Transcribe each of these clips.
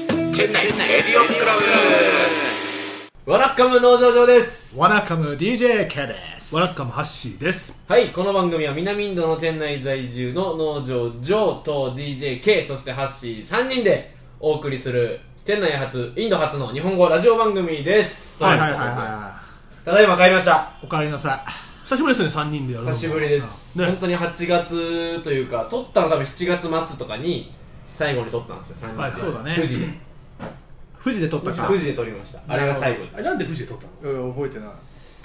リオンクラブわらっかむ農場上ですワナカム DJK ですワラッカムハッシーです。はいこの番組は南インドのチェン内在住の農場上と DJK そしてハッシー3人でお送りするチェン内初インド初の日本語ラジオ番組ですはいはいはいいはただいま帰りましたいおかえりなさ久しぶりですね、3人でやるの久もしぶりです、ね本当に8月というか撮ったの多分7月末とかに最後に撮ったんですよ3人で、はいそうだね富士でい富士で撮ったか富士で撮りましたあれが最後ですあれなんで富士で撮ったのうん覚えてない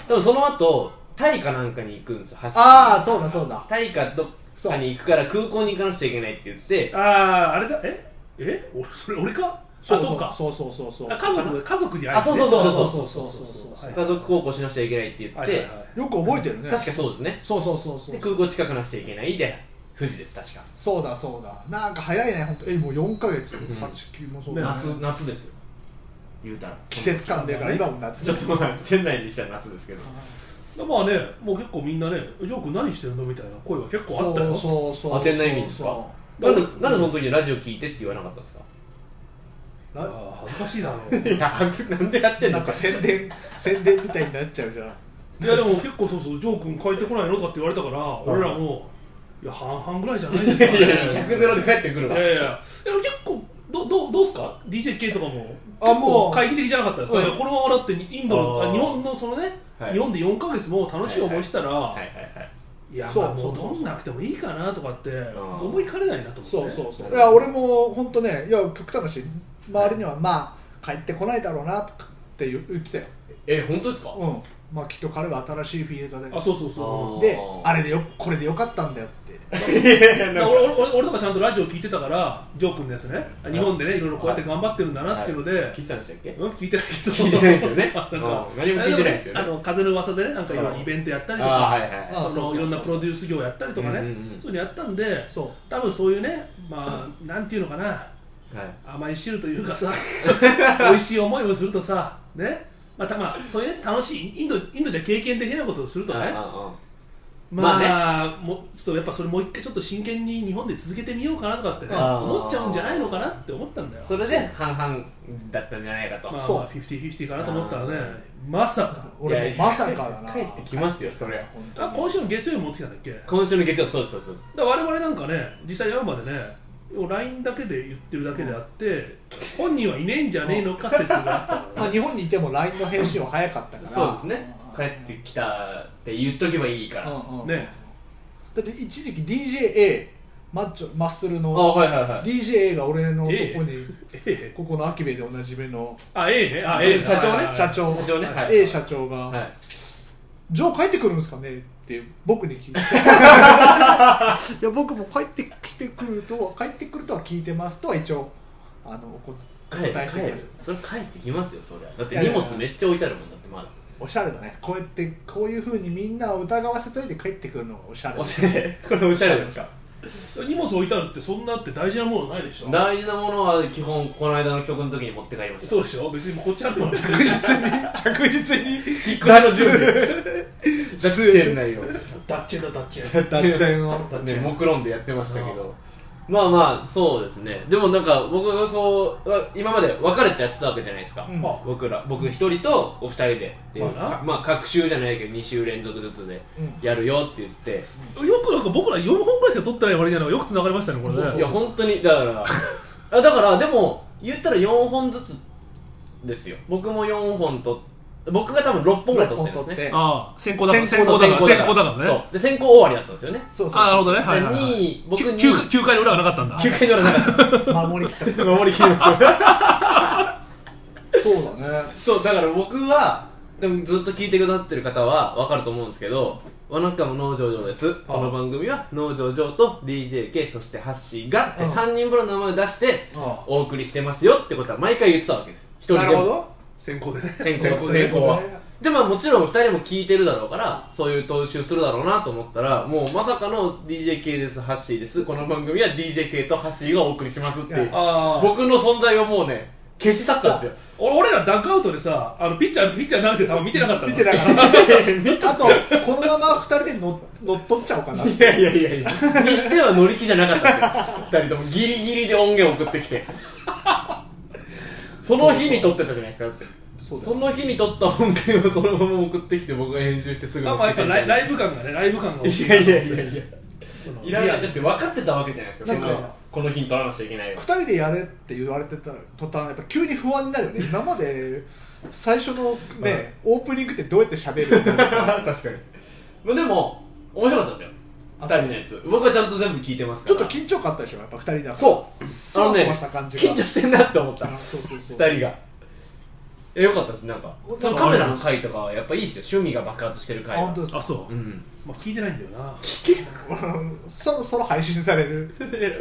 多分その後タイかなんかに行くんですよ走ってああそうだそうだタイかどっかに行くから空港に行かなくちゃいけないって言ってあー、あれだ、ええ俺、それ俺かあ、そうか。そうそうそうそうあ家族、家族に会いあそうそうそうそうそうそうそうそうはい家族孝行しなくちゃいけないって言って、はいはいはいよく覚えてるね確かそうですねそうそうそうそでう空港近くなくちゃいけないで富士です確かそうだそうだなんか早いね本当えもう4ヶ月八九もそうだね夏夏ですよ言うたら季節感だから今も夏ちょっとまあ店内にしたら夏ですけどでまあね、もう結構みんなね、ジョー君何してるのみたいな声は結構あったよ。そうそうそうあチェン内民ですかそなうんでなんでその時にラジオ聞いてって言わなかったんですかそうあー恥ずかしいな。 いや恥ずなんでやってなんなのんか宣伝宣伝みたいになっちゃうじゃんいや、でも結構そうそう、ジョー君帰ってこないのとかって言われたから、俺らも、いや、半々ぐらいじゃないですいやか、ね。いやいや日付ゼロで帰ってくるわいやいや、でも結構、どどうどうすか ?DJK とかも、あもう懐疑的じゃなかったですか、うんいやこのままだってにインドの、あーあ日本のそのね、はい日本で4か月も楽しい思いしたら、いはいはいはいや、そうまあもそううそう取んなくてもいいかなとかって、ん思いかねないなと思って、そうそういや俺も本当ねいや極端だし周りにはまあ帰ってこないだろうなとかって言ってたよえ本当ですかうんまあきっと彼は新しいフィールドであそうそうそであーあれでよこれでよかったんだよってう、だから俺俺俺とかちゃんとラジオ聞いてたから、ジョー君ですね、日本でね、いろいろこうやって頑張ってるんだなっていうので。聞いてたんでしたっけうん、聞いてないけど聞いてないですよ ねなんかうん何も聞いてないですよねあの風の噂でねなんかいろいろイベントやったりとかあーはいはいあそそうそうそうのいろんなプロデュース業やったりとかね、うんうんうんそういうのやったんでそう多分そういうねまあなんていうのかなはい甘い汁というかさ美味しい思いをするとさねまあたまあそういうね楽しいインドインドじゃ経験できないことをするとかねまあ、もうちょっとやっぱそれもう一回ちょっと真剣に日本で続けてみようかなとかってねあー思っちゃうんじゃないのかなって思ったんだよそれで半々だったんじゃないかと、まあそうまあ50-50かなと思ったらねまさか俺もまさかだな帰ってきますよそれ本当あに今週の月曜日持ってきたんだっけだか今週の月曜そうですそうですそうですら我々なんかね実際会うまでねもう LINE だけで言ってるだけであって本人はいねえんじゃねえのか説があったまあ日本にいても LINE の返信は早かったからそうですね帰ってきたって言っとけばいいから、あうんうんねだって一時期 DJA マッチョマッスルのはいはいはい DJA が俺のとこ A に ええここのアキベでおなじみのあええねあええ A 社長はいはいねはい社長社長ねはい A 社長が、はいジョー帰ってくるんですかねって僕に聞いて いや僕も帰ってきてくるとは帰ってくるとは聞いてますとは一応あのおこお帰る答えし帰てくれまるしたそれ帰ってきますよそりゃだっていやい荷やいや物めっちゃ置いてあるもんだってまだおしゃれだねこうやってこういうふうにみんなを疑わせといて帰ってくるのがおしゃれだおしゃれこれおしゃれですか荷物置いてあるってそんなって大事なものないでしょ大事なものは基本この間の曲の時に持って帰りましたそうでしょ別にもうこっちあるもん ね着実に着実 に引っ越しの準備脱脱チ内容ダッチェだダッチェ脱線を ね、目論んでやってましたけど、まあまあ、そうですね、でもなんか、僕がそう、あ今まで別れてやってたわけじゃないですか、うんあ僕ら、僕一人とお二人でっていう、まあなかまあ、各週じゃないけど、2週連続ずつでうんやるよって言って、よくなんか僕ら4本ぐらいしか取ってない割にはよく繋がりましたねこれねいや、本当に、だから、あだから、でも、言ったら4本ずつですよ、僕も4本と、僕が多分6本ぐらい取ってるんですね。ああ先行だから先先行行だだかからら先行だからねそうで先行終わりだったんですよね。そうそうあなるほどねはいはい、はでい、 2位、僕に 9, 回の裏はなかったんだ9回乗らなかった。 守りきった守りきりましたそうだねそうだから僕はでもずっと聞いてくださってる方は分かると思うんですけど「わなんかも農場上です」この番組は農場上と DJK そしてハッシーがってうん3人分の名前を出してあお送りしてますよってことは毎回言ってたわけですよ一人なでるほもど 先行でね先先行行でね先行はでまあもちろん2人も聞いてるだろうからそういう踏襲するだろうなと思ったらもうまさかの DJK ですハッシーですこの番組は DJK とハッシーがお送りしますっていうああ僕の存在はもうね消し去ったんですよ 俺俺らダックアウトでさあのピッチャーピッチャー投げてさ見てなかったの見てなかったあとこのまま2人で乗乗っ取っちゃおうか ないやいやいやいや、にしては乗り気じゃなかったですよ、2人ともギリギリで音源送ってきて、その日に撮ってたじゃないですかだってそうだそよの日に撮った音源をそのまま送ってきて僕が編集してすぐあまあやっぱライライブ感がねライブ感がいやいやいやいやそのいらないリだアって分かってたわけじゃないですかなんかそのこの日に撮らなくちゃいけない2人でやれって言われてた途端やっぱ急に不安になるよね今まで最初のね、オープニングってどうやって喋る確のかにまあでも面白かったですよ2あ人のやつ僕はちゃんと全部聞いてますちかょっらと緊張感あったでしょやっぱ2人だからそうそわそわした感じが緊張してんなって思ったあそうそうそう2人がえよかったですなんかなんかそのカメラの回とかはやっぱいいですよ趣味が爆発してるあ回は本当ですあかそうう、んまあ、聞いてないんだよなそろそろ配信される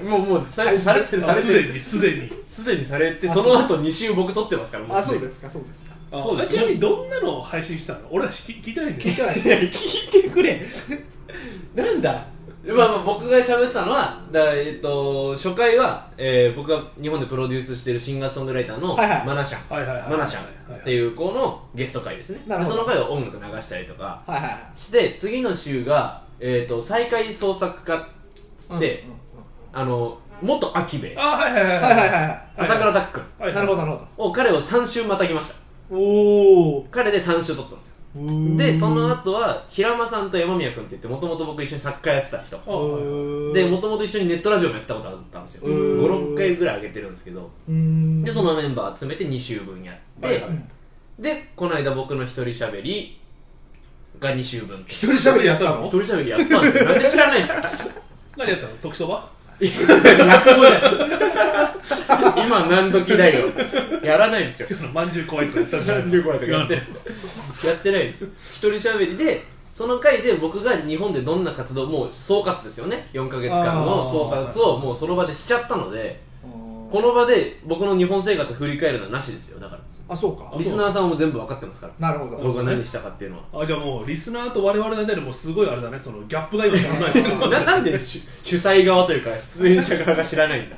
もうもうされされてるさあれすてでるにすでにすでにされてあその後2週僕撮ってますからもあそうですすかそうですかあそうですちなみにどんなのを配信したの俺はし聞聞いてないんだ聞いよて ないいや聞いてくれなんだまあまあ僕が喋ってたのはだからえっと初回は、えー僕が日本でプロデュースしてるシンガーソングライターのはいはいマナシャンはいはいはいマナシャンっていう子のゲスト回ですねなるほどその回を音楽流したりとかはいはいはいして次の週が、えー、と再開創作家っつって、あの元アキベあはいはいはいはいはいはいは朝倉拓君はいいなるほどなるほどを彼を3週またぎましたおお彼で3週取ったんですよでその後は平間さんと山宮君って言ってもともと僕一緒に作家やってた人でもともと一緒にネットラジオもやったことあったんですようー56ん回ぐらい上げてるんですけどうんでそのメンバー集めて2週分やって、はいはいでこの間僕の一人喋りが2週分一一人喋りやったの人喋りやったんですよなんで知らないんですか何やったの特そば落語じゃん今何時だよやらないですよまんじゅう怖いとかやったんじゃない35や違うってないのですやってないです一人喋りでその回で僕が日本でどんな活動もう総括ですよね4ヶ月間の総括をもうその場でしちゃったのでこの場で僕の日本生活振り返るのはなしですよだかあそうからリスナーさんはもう全部分かってますからなるほど僕が何したかっていうのはあじゃあもうリスナーと我々の間でもすごいあれだねそのギャップが今考えてるななんで主主催側というか出演者側が知らないんだ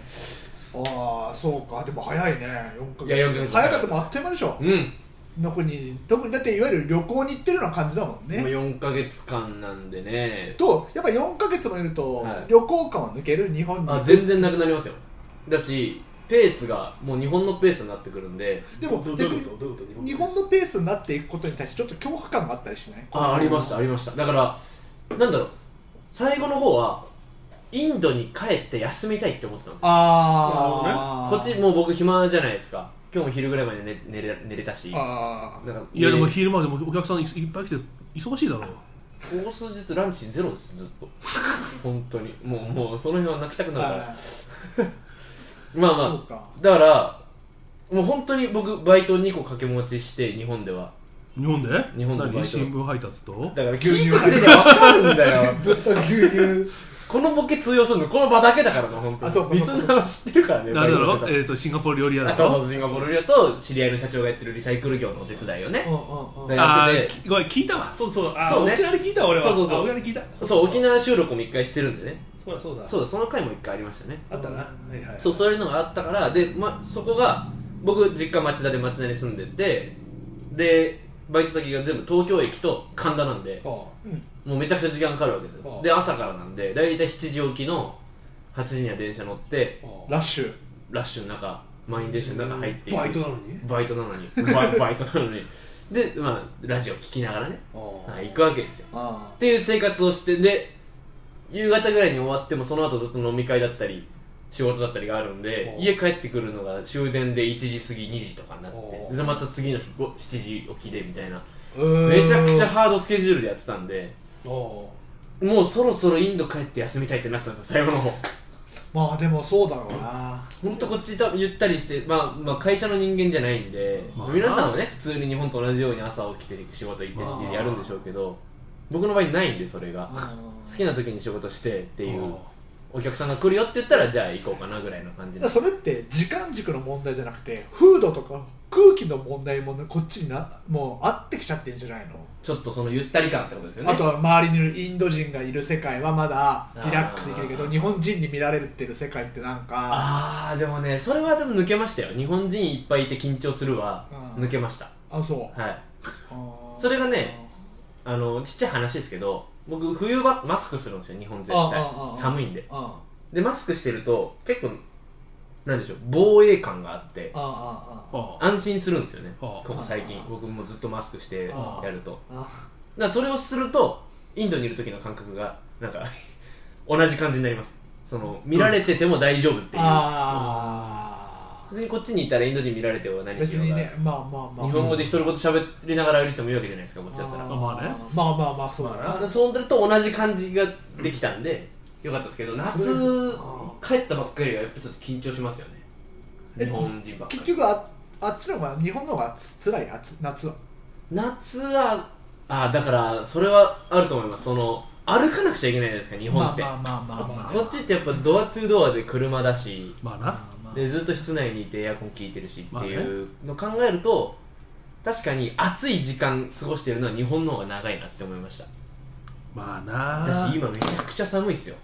ああそうかでも早いね4ヶいや四ヶ月月早かったもんあっという間でしょうん特に特にだっていわゆる旅行に行ってるような感じだもんもうね4ヶ月間なんでねとやっぱ4ヶ月もいるとはい旅行感は抜ける日本にあ全然なくなりますよだしペースがもう日本のペースになってくるんででもどど逆ういうにことどういうこと日本のペースになっていくことに対してちょっと恐怖感があったりしないあありましたありましただからなんだろう最後の方はインドに帰って休みたいって思ってたんですよあこっちもう僕暇じゃないですか今日も昼ぐらいまで寝寝れ寝れたしなんああかいやでもね昼間でもお客さんいっぱい来て忙しいだろうここ数日ランチゼロですずっと本当にもうもうその辺は泣きたくなるからあまあまあそうかだからもう本当に僕バイト2個掛け持ちして日本では日本で日本でバイト何新聞配達とだから牛聞い乳てくれて分かるんだよぶっと牛乳このボケ通用するのこの場だけだからな本当あそうにかリスナーは知ってるからねなるだバろイトしてたえー、とシンガポール料理屋あだそうろそうシンガポール料と知り合いの社長がやってるリサイクル業のお手伝いをうねんうんうんだあやっててーごめん聞いたわそうそうあーそうね沖縄で聞いたわ俺はそうそうそうあ沖縄で聞いたそう沖縄収録も一回してるんでねそうだそうだそうだその回も一回ありましたねあったなはいはいそうそういうのがあったからで、ま、そこが僕実家町田で町田に住んでてでバイト先が全部東京駅と神田なんでそもうめちゃくちゃ時間かかるわけですあよあで朝からなんで大体7時起きの8時には電車乗ってうラッシュラッシュの中満員電車の中入っていくバイトなのにバイトなのに ババイトなのにで、まあ、ラジオ聞きながらね、はい、行くわけですよあっていう生活をしてで夕方ぐらいに終わってもその後ずっと飲み会だったり仕事だったりがあるんでおう家帰ってくるのが終電で1時過ぎ2時とかになっおてうでまた次の日ご7時起きでみたいなあうーんめちゃくちゃハードスケジュールでやってたんでおもうそろそろインド帰って休みたいってなってたんですよ最後の方まあでもそうだろうな本当こっちたゆったりして、まあ、まあ会社の人間じゃないんで、まあ皆さんはね普通に日本と同じように朝起きて仕事行ってまあやるんでしょうけど僕の場合ないんでそれがうん好きな時に仕事してっていおううお客さんが来るよって言ったらじゃあ行こうかなぐらいの感じだでからそれって時間軸の問題じゃなくて風土とか空気の問題もねこっちになもう合ってきちゃってんじゃないの、ちょっとそのゆったり感ってことですよねあとは周りにいるインド人がいる世界はまだリラックスできるけあどー日本人に見られてる世界ってなんかああでもねそれはでも抜けましたよ日本人いっぱいいて緊張するはうん抜けましたあそうはいあーそれがねあのちっちゃい話ですけど僕冬場マスクするんですよ日本絶対ああああああ寒いんであでマスクしてると結構なんでしょう防衛感があってああああああ安心するんですよねあここ最近僕もずっとマスクしてあやるとあだからそれをするとインドにいる時の感覚がなんか 同じ感じになりますその見られてても大丈夫っていうあ別にこっちにいたらインド人見られてはあ何し別ようにが、ねまあまあまあ日本語で独り言喋りながらいる人もいるわけじゃないですかこっちだったらあだあまあねまあまあまあそうだなからそれと同じ感じができたんでよかったですけど夏あ帰ったばっかりはやっぱちょっと緊張しますよねえ日本人ばっか結り局ああっちの方が日本の方がつ辛いあつ夏は夏はあだからそれはあると思いますその歩かなくちゃいけないじゃないですか日本って、まあまあまあまあまあこっちってやっぱドアトゥドアで車だしまあまあなまあでずっと室内にいてエアコン効いてるしっていうのを考えると確かに暑い時間過ごしてるのは日本の方が長いなって思いましたまあな私今めちゃくちゃ寒いっすよ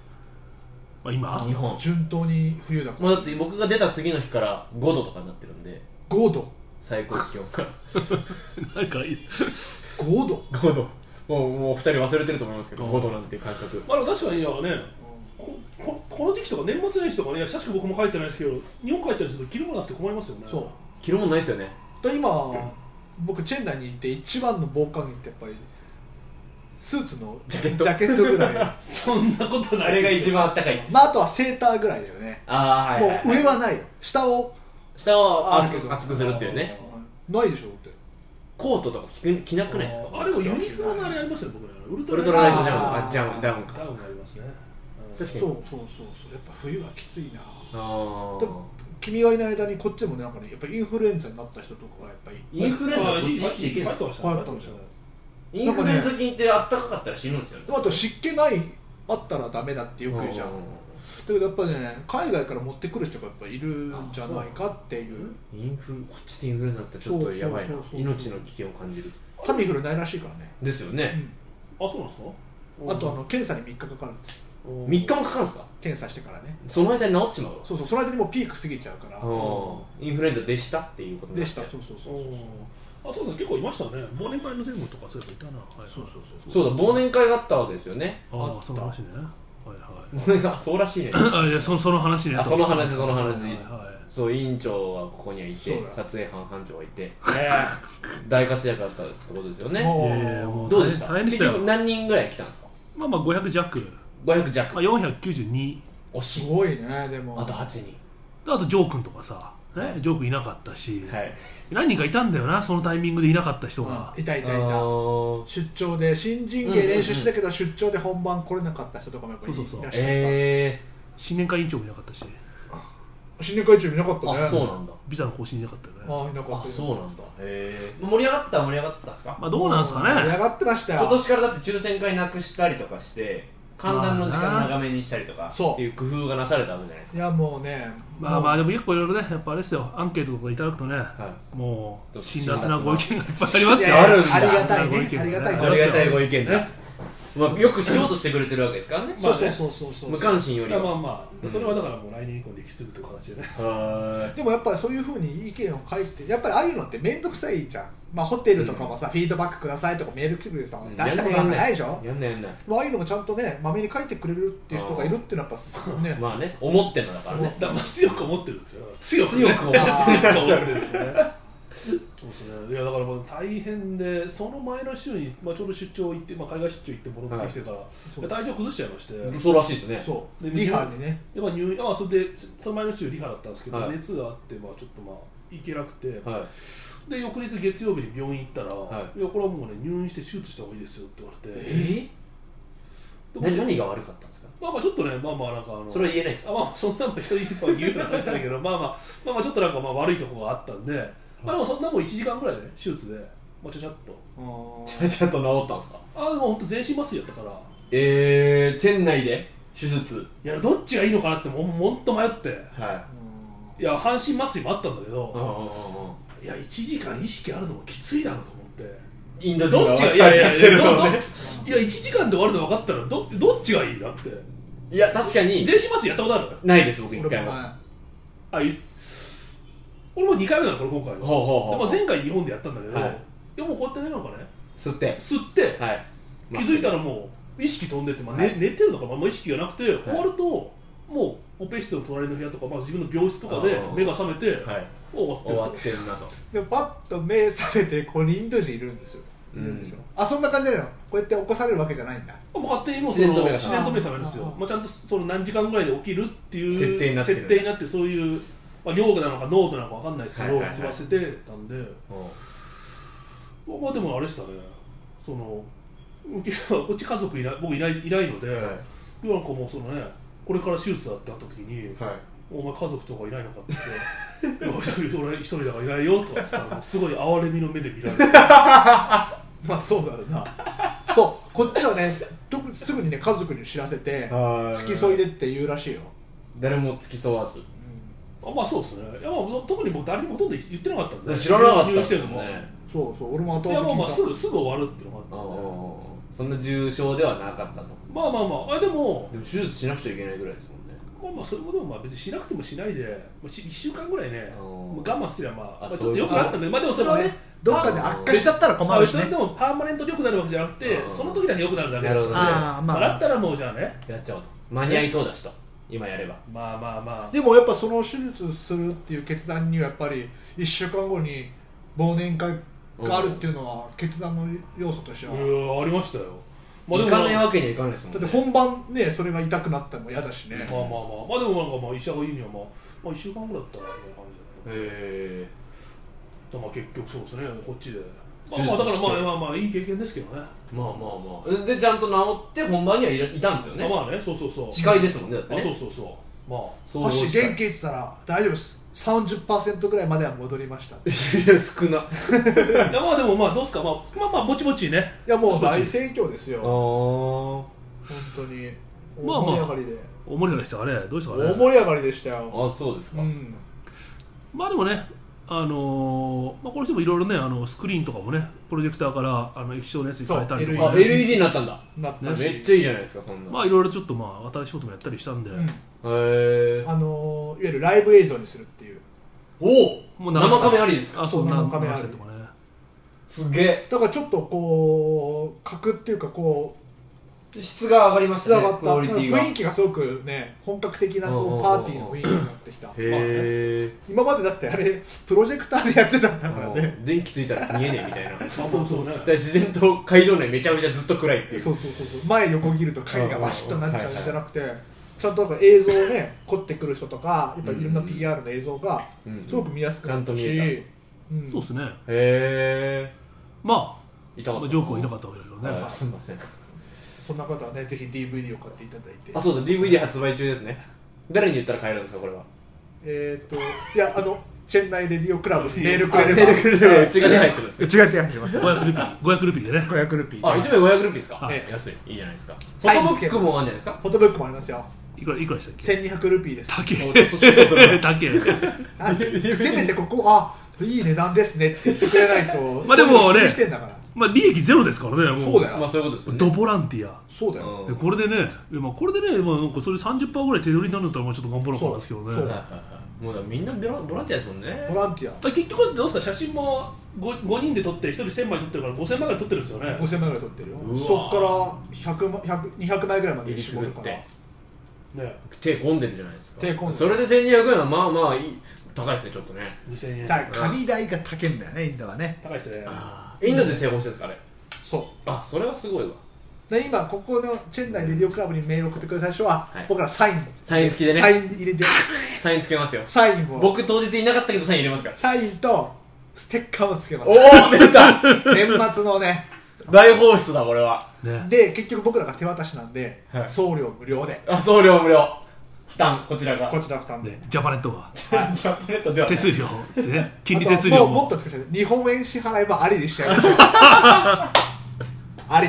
まあ今日本順当に冬だかもらうだって僕が出た次の日から5度とかになってるんで5度最高気温 がなんかいい5度5度もうもうお二人忘れてると思いますけど5度なんていう感覚まあでも確かにいやねこここの時期とか年末年始とかね久しく僕も帰ってないですけど日本帰ったりすると着るものなくて困りますよねそう着るもんないっすよねで今僕チェンダイにいて一番の防寒着ってやっぱりスーツのジャケットぐらい そんなことないあれが一番あったかいまああとはセーターぐらいだよねああはい、はい、もう上はないよ下を下をあ熱く熱くするっていうねないでしょってコートとか着く着なくないですかあれもユニクロのあれありますよね僕らウルウルトラライトジャムあーあジャムダウンかダウンがありますねうん確かそうにそうそうそうやっぱ冬はきついなあだあ君がいない間にこっちもねなんかねやっぱインフルエンザになった人とかがやっぱりインフルエンザあこっちいい生きていけるんですかいっぱいあったんですよいっぱいあったんですよインフルエンザ菌ってあったかかったら死ぬんですよねあと湿気ないあったらダメだってよく言うじゃんうだうけどやっぱね海外から持ってくる人がやっぱいるんじゃないかっていうインフルこっちでインフルエンザだったらちょっとやばいなそうそうそうそう命の危険を感じるタミフルないらしいからね、ですよねあそうなんですかうんあとあの検査に3日かかるんですよ3日もかかるんですか検査してからねその間に治っちまうわそうそうその間にもうピーク過ぎちゃうからうんインフルエンザでしたっていうことにでなっしちたゃうそうそうそうそうあそうですね結構いましたね忘年会の前後とかそういえばいたなはいそうそうそうそうだ忘年会があったわけですよね ああっあたその話ねはいは忘年会そうらしいね いあいやそのその話ねあその話その話はいはそう委員長はここにはいてそうだ撮影班班長はいてね大活躍だったってことですよねいもいやいやもううどうでした大変でしたよ結局何人ぐらい来たんですかまあまあ500弱、 500弱まあ、492惜すしいごいねでもあと8人あとジョー君とかさ、はね、いジョー君いなかったし、はい何人かいたんだよなそのタイミングでいなかった人がうんいたいたいあたー出張で新人芸練習してたけど出張で本番来れなかった人とかもやっぱりいらそっうしそゃうっそうたえ新年会委員長もいなかったし新年会中いなかったー、ねあそうなんだビザの更新いなかったよねあいなかったあそうなんだへえ盛り上がった盛り上がったですか、まあどうなんすか盛り上ねがってましたよ今年からだって抽選会なくしたりとかして観覧の時まあ間な長めにしたりとかそうっていう工夫がなされたわけじゃないですいかやもうねまあまあでも結構いろいろねやっぱあれですよアンケートとかいただくとね、はもどううぞ辛辣なご意見がいっぱいありますいよやあるんだありがたいご意見ねがありがたいいねありがたいご意ね見だ、まあ、よくしようとしてくれてるわけですからね、そうそうそうそうそう無関心よいりやまあはまあそれはだからもう来年以降に引き継ぐという形でねはでもやっぱりそういうふうに意見を書いてやっぱりああいうのって面倒くさいじゃん、まあ、ホテルとかもさ、フィードバックくださいとかメール来てくれてさ、ーい出したことなんかないでしょやんないやんないまあああいうのもちゃんとねまめに書いてくれるっていう人がいるっていうのはやっぱすねまあね思ってんのだからねだから強く思ってるんですよ強く,、ね、 強く思ってる強く思ってるんですよねそうですねいやだからもう大変でその前の週に、まあ、ちょうど出張行って、まあ、海外出張行って戻ってきてから、そうで体調崩しちゃいましてで、そうらしいですねそうでリハにねまあ、入院あそれでその前の週リハだったんですけど、はい熱があって、まあ、ちょっとまあ行けなくて、はいで翌日月曜日に病院行ったら、、はいやこれはもうね入院して手術した方がいいですよって言われてえで何何が悪かったんですかまあまあちょっとねまあまあなんかあのそれは言えないですかあまあ、そんなもん人にそう言うような話だ けどまあ、まあ、まあまあちょっとなんかまあ悪いところがあったんで、まあ、でもそんなもん1時間ぐらいね手術で、まあ、ちゃちゃっとうんちゃんと治ったんですかああでも本当全身麻酔やったからえー、チェン内で手術いやどっちがいいのかなってもうほんと迷ってはいいや半身麻酔もあったんだけうんうど、んうんうんいや1時間意識あるのもきついだろうと思って。インド人どがっちがわいちゃやわいちゃやしいてやるのをどどねいや1時間で終わるの分かったらどどっちがいいなっていや確かに全身麻酔やったことあるないです僕俺一も回も前あい俺も2回目なのこれ今回はほうほうでほうも前回日本でやったんだけど、はいでもこうやってねなんかね吸って吸って、はい気づいたらもう意識飛んでて、まあねはい寝てるのか、まあ、もう意識がなくて、終わるともうオペ室の隣の部屋とか、まあ、自分の病室とかでうん目が覚めて、はい終わって終るわとってるなとでもパッと目覚めてここにインド人いるんですよいるんでしょ、あそんな感じなのこうやって起こされるわけじゃないんだもう勝手にもうそ自然のと目が自然と目覚めるんですよああまあ、ちゃんとその何時間ぐらいで起きるっていう設定になってる設定になってそういう、まあ、用具なのかノートなのかわかんないですけど、はいはいはい吸わせてたんでまあでもあれでしたねその受け こっち家族いない僕いないいないので、はいでなんかもうそのねこれから手術だってあった時に、はいお前家族とかいないのかって 言って「いや俺一人だからいないよ」とかっつったらもうすごい哀れみの目で見られて まあそうだろうなそうこっちはねとすぐにね家族に知らせて付き添いでって言うらしいよ、誰も付き添わずあまあそうですねいや、まあ、特に僕誰にもほとんど言ってなかったんで知らなかった入で院してするものんも、ねそうそう俺も後いや々まあまあす聞いぐすぐ終わるっていうのあがあったんでーそんな重症ではなかったとまあまあまああでも、でも手術しなくちゃいけないぐらいですもんねまあ、まあそれもでもまあ別にしなくてもしないで、まあ、し1週間ぐらいねあーもう我慢してりゃまああまあ、ちそょっういうと良こくとなったんでまあでもたそそれれははねねどっかで悪化しちゃったらま困ある別しにでねもパーマネントで良くなるわけじゃなくてうんその時だけ良くなるだけなるほどねああまあだったらもうじゃあねやっちゃおうと間に合いそうだしと今やればまあまあまあでもやっぱその手術するっていう決断にはやっぱり1週間後に忘年会があるっていうのは決断の要素としていは、やーありましたよ、まあ、で行もかないわけにはいかないですもだんってね本番ねそれが痛くなったのも嫌だしね、まあまあまあまあでもなんかまあ医者が言うにはまあ、まあ、1週間ぐらいだったらみたいな感じだったへだからまあ結局そうですねこっちで、ま手あ、まあだ術からしてまあまあまあいい経験ですけどねえまあまあまあでちゃんと治って本番にはいらいたんですよね、まあまあねそうそうそう司会ですもんねだってねあそうそうそうまあ総合箸司元会気って言ったら大丈夫です30%ぐらいまでは戻りましたいいや少 ないやまあでもまあどうすか、まあ、まあまあぼちぼちねやもう大盛況ですよ本あ当にまあ大まあ盛り上がりで、大盛り上がりしたかねどうしたか大ね盛り上がりでしたよ、ああそうですうか、ん、まあでもねあのーまあ、この人もいろいろねあのスクリーンとかもねプロジェクターからあの液晶のやつに変えたりとそうあか、 LED LED になったんだなったし、めっちゃいいじゃないですかそんなまあいろいろちょっとまあ新しいこともやったりしたんで、うんへえあのーいわゆるライブ映像にするっていうおもおう生カメありですかあそうそうなカメラ流したりとかねすげだからちょっとこう格っていうかこえ質が上がりうまし質がた上ねがっクたオリティが雰囲気がすごくね本格的なうんうんうんこうんうパーティーの雰囲気になってきたへ今までだってあれプロジェクターでやってたんえだからね電気ついたら見えねえみたいなだかそうそうねら自然と会場内めちゃめちゃずっと暗いっていうそうそうそうそう前横切ると影がバシッとなっちゃうんじゃなくてちゃんとなんか映像をね凝ってくる人とかやっぱいろんなうん PR の映像がうんすごく見やすくなったちゃんとし見えうんそうですねへまえいあたかったジョークはいなかったわけだけどね、あすみませんそんな方はねぜひ DVD を買っていただいてあそうだ DVD 発売中ですね誰に言ったら買えるんですかこれはえっといやあのチェンナイレディオクラブにメールくあれれメばールくれればうちが手配するんですうちが手配しました500ルピー500ルピーでね500ルピーあ一枚500ルピーですかはい安いいいじゃないですかフサイォズトブックもあるんじゃないですかフォトブックもありますよいくらいくらでしたっけ1200ルピー です高もうちょっとちょっとそれえ高えあせめてここあいい値段ですねって言ってくれな いとまあでもねそういうの気にしてんだからまあ利益ゼロですからねもそうだ よまあそういうことですよドねボランティアそうだようんでこれでね、でまあ、これでね、まあ、なんかそれ30%ぐらい手取りになるんだったら、まあちょっと頑張ろうかなんですけどね。そうはいはそいはいもうだからみんなボラボランティアですもんねボランティアだから結局、どうですか、写真も 5, 5人で撮って、1人1000枚撮ってるから、5000枚ぐらい撮ってるんですよね。 5000枚ぐらい取ってるようわそっから100ま100 200枚ぐらいまえでりすぐ絞っるからてね手込んでるじゃないですか手込んでるそれで1200円はまあまあいい高いですねちょっとね2000円。だか高ら紙代が高いんだよねインドはねいですね。インドで成功してるんですかあれそあそれはすごいわうで今ここのチェンナイレディオクラブにメール送ってくれた人は、はい僕らサインサイン付きでねサイン入れてサインつけますよサインを僕当日いなかったけどサイン入れますからサインとステッカーをつけますおお出た 年末のね大放出だこれはねで結局僕らが手渡しなんで、はい送料無料であ送料無料負担こちらがこちら負担でねジャパネットが、ジャパネットではな手い数料、ね、金利手数料あともうもっも。とつけて日本円支払いもありにしちゃいましょうあり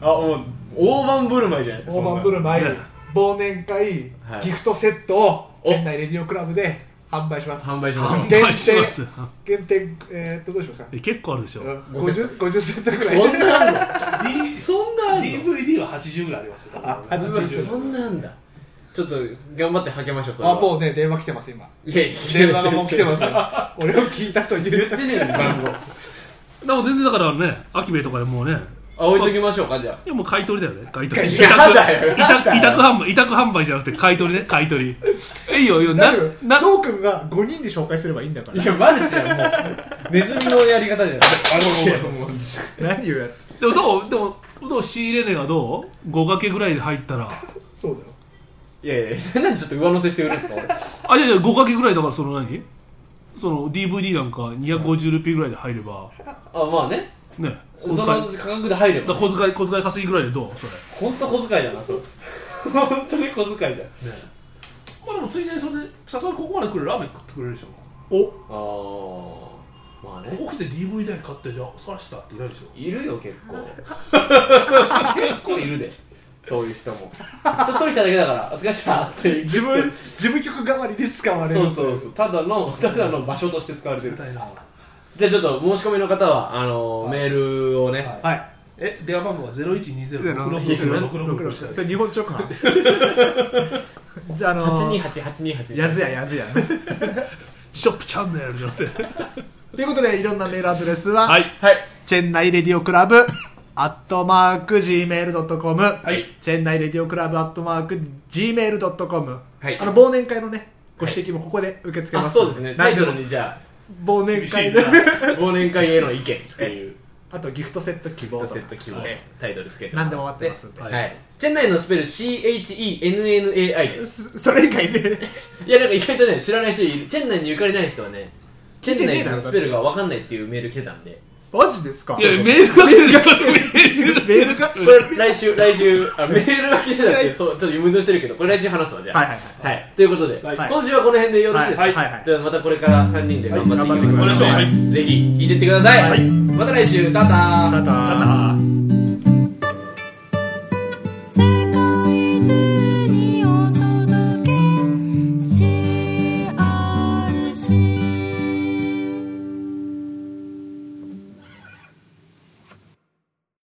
あもう大盤振る舞いじゃないですか大盤振る舞いね忘年会、はいギフトセットをお県内レディオクラブで販売しますそんな販売しましょう販売します。限定えー、っとどうしますかえ結構あるでしょ。 50, 50セットぐらいそんなあんの D- そんなあんの DVD は80ぐらいありますよ。あ多分80そんなんだちょっと頑張ってはけましょうそれはあもうね電話来てます今いやいや電話がもう来てますから俺を聞いたとい言っうてねえの番号でも全然だからね、アキベイとかでもうね、あ置いときましょうかじゃいやもう買い取りだよね買い取りいやだよ委託委託販売委託販売じゃなくて買い取りね買い取りえいいよいいよな大丈夫なジョー君が5人で紹介すればいいんだかあいらやマルシェはもうネズミのやり方じゃんあごめんごめんもう何をやってでもどうでもどう仕入れ値がどう5掛けぐらいで入ったらそうだよいやいや なんでちょっと上乗せして売るんですか俺あいやいや5掛けぐらいだからその何その DVD なんか250ルピーぐらいで入ればあまあねねそ小の遣い価格で入れだば小遣い小遣い稼ぎぐらいでどうそれ本当小遣いだなそれ 本当に小遣いじゃんまあでもついでにそれでさすがにここまで来るラーメン食ってくれるでしょおああまあねここ来て DVD 代買ってじゃあ探したっていないでしょいるよ結構 結構いるでそういう人もちょっと取りただけだからお疲れっしたっていう自分事務局代わりに使われるそうそうそうただのただの場所として使われてる絶対なじゃあちょっと申し込みの方はあのーメールをね、はいはいえ電話番号は0120666666それ日本直販じゃああの828828やずややずやねショップチャンネルじゃなくてということでいろんなメールアドレスは、はいはいチェンナイレディオクラブアットマーク Gmail.com、いチェンナイレディオクラブアットマーク Gmail.com、はいあの忘年会のねご指摘もここで受け付けあますの、そうですねタ何イでトもルにじゃ忘年厳し会いでなあ忘年会への意見っていうあとギフトセット希望セット希望えタイトルつけえて何でも待ってますんで、はい、チェンナイのスペル CHENNAI ですそそれ以外ねいやなんか意外とね知らない人いるチェンナイにゆかりない人はねチ聞ェいンてナねイえだろのスペルが分かんないっていうメール来てたんでマジですかいやメールが来てるメールメールがこれ来週来週あメールが来てたん でそうちょっと矛盾してるけどこれ来週話すわじゃあはいはいはい、ということで、はい今週はこの辺でよろしいですか、はいはいはいではまたこれから3人で頑張っていきはい頑張っていきままししょょう、うぜひ聞いていってください、はいまた来週タタただあ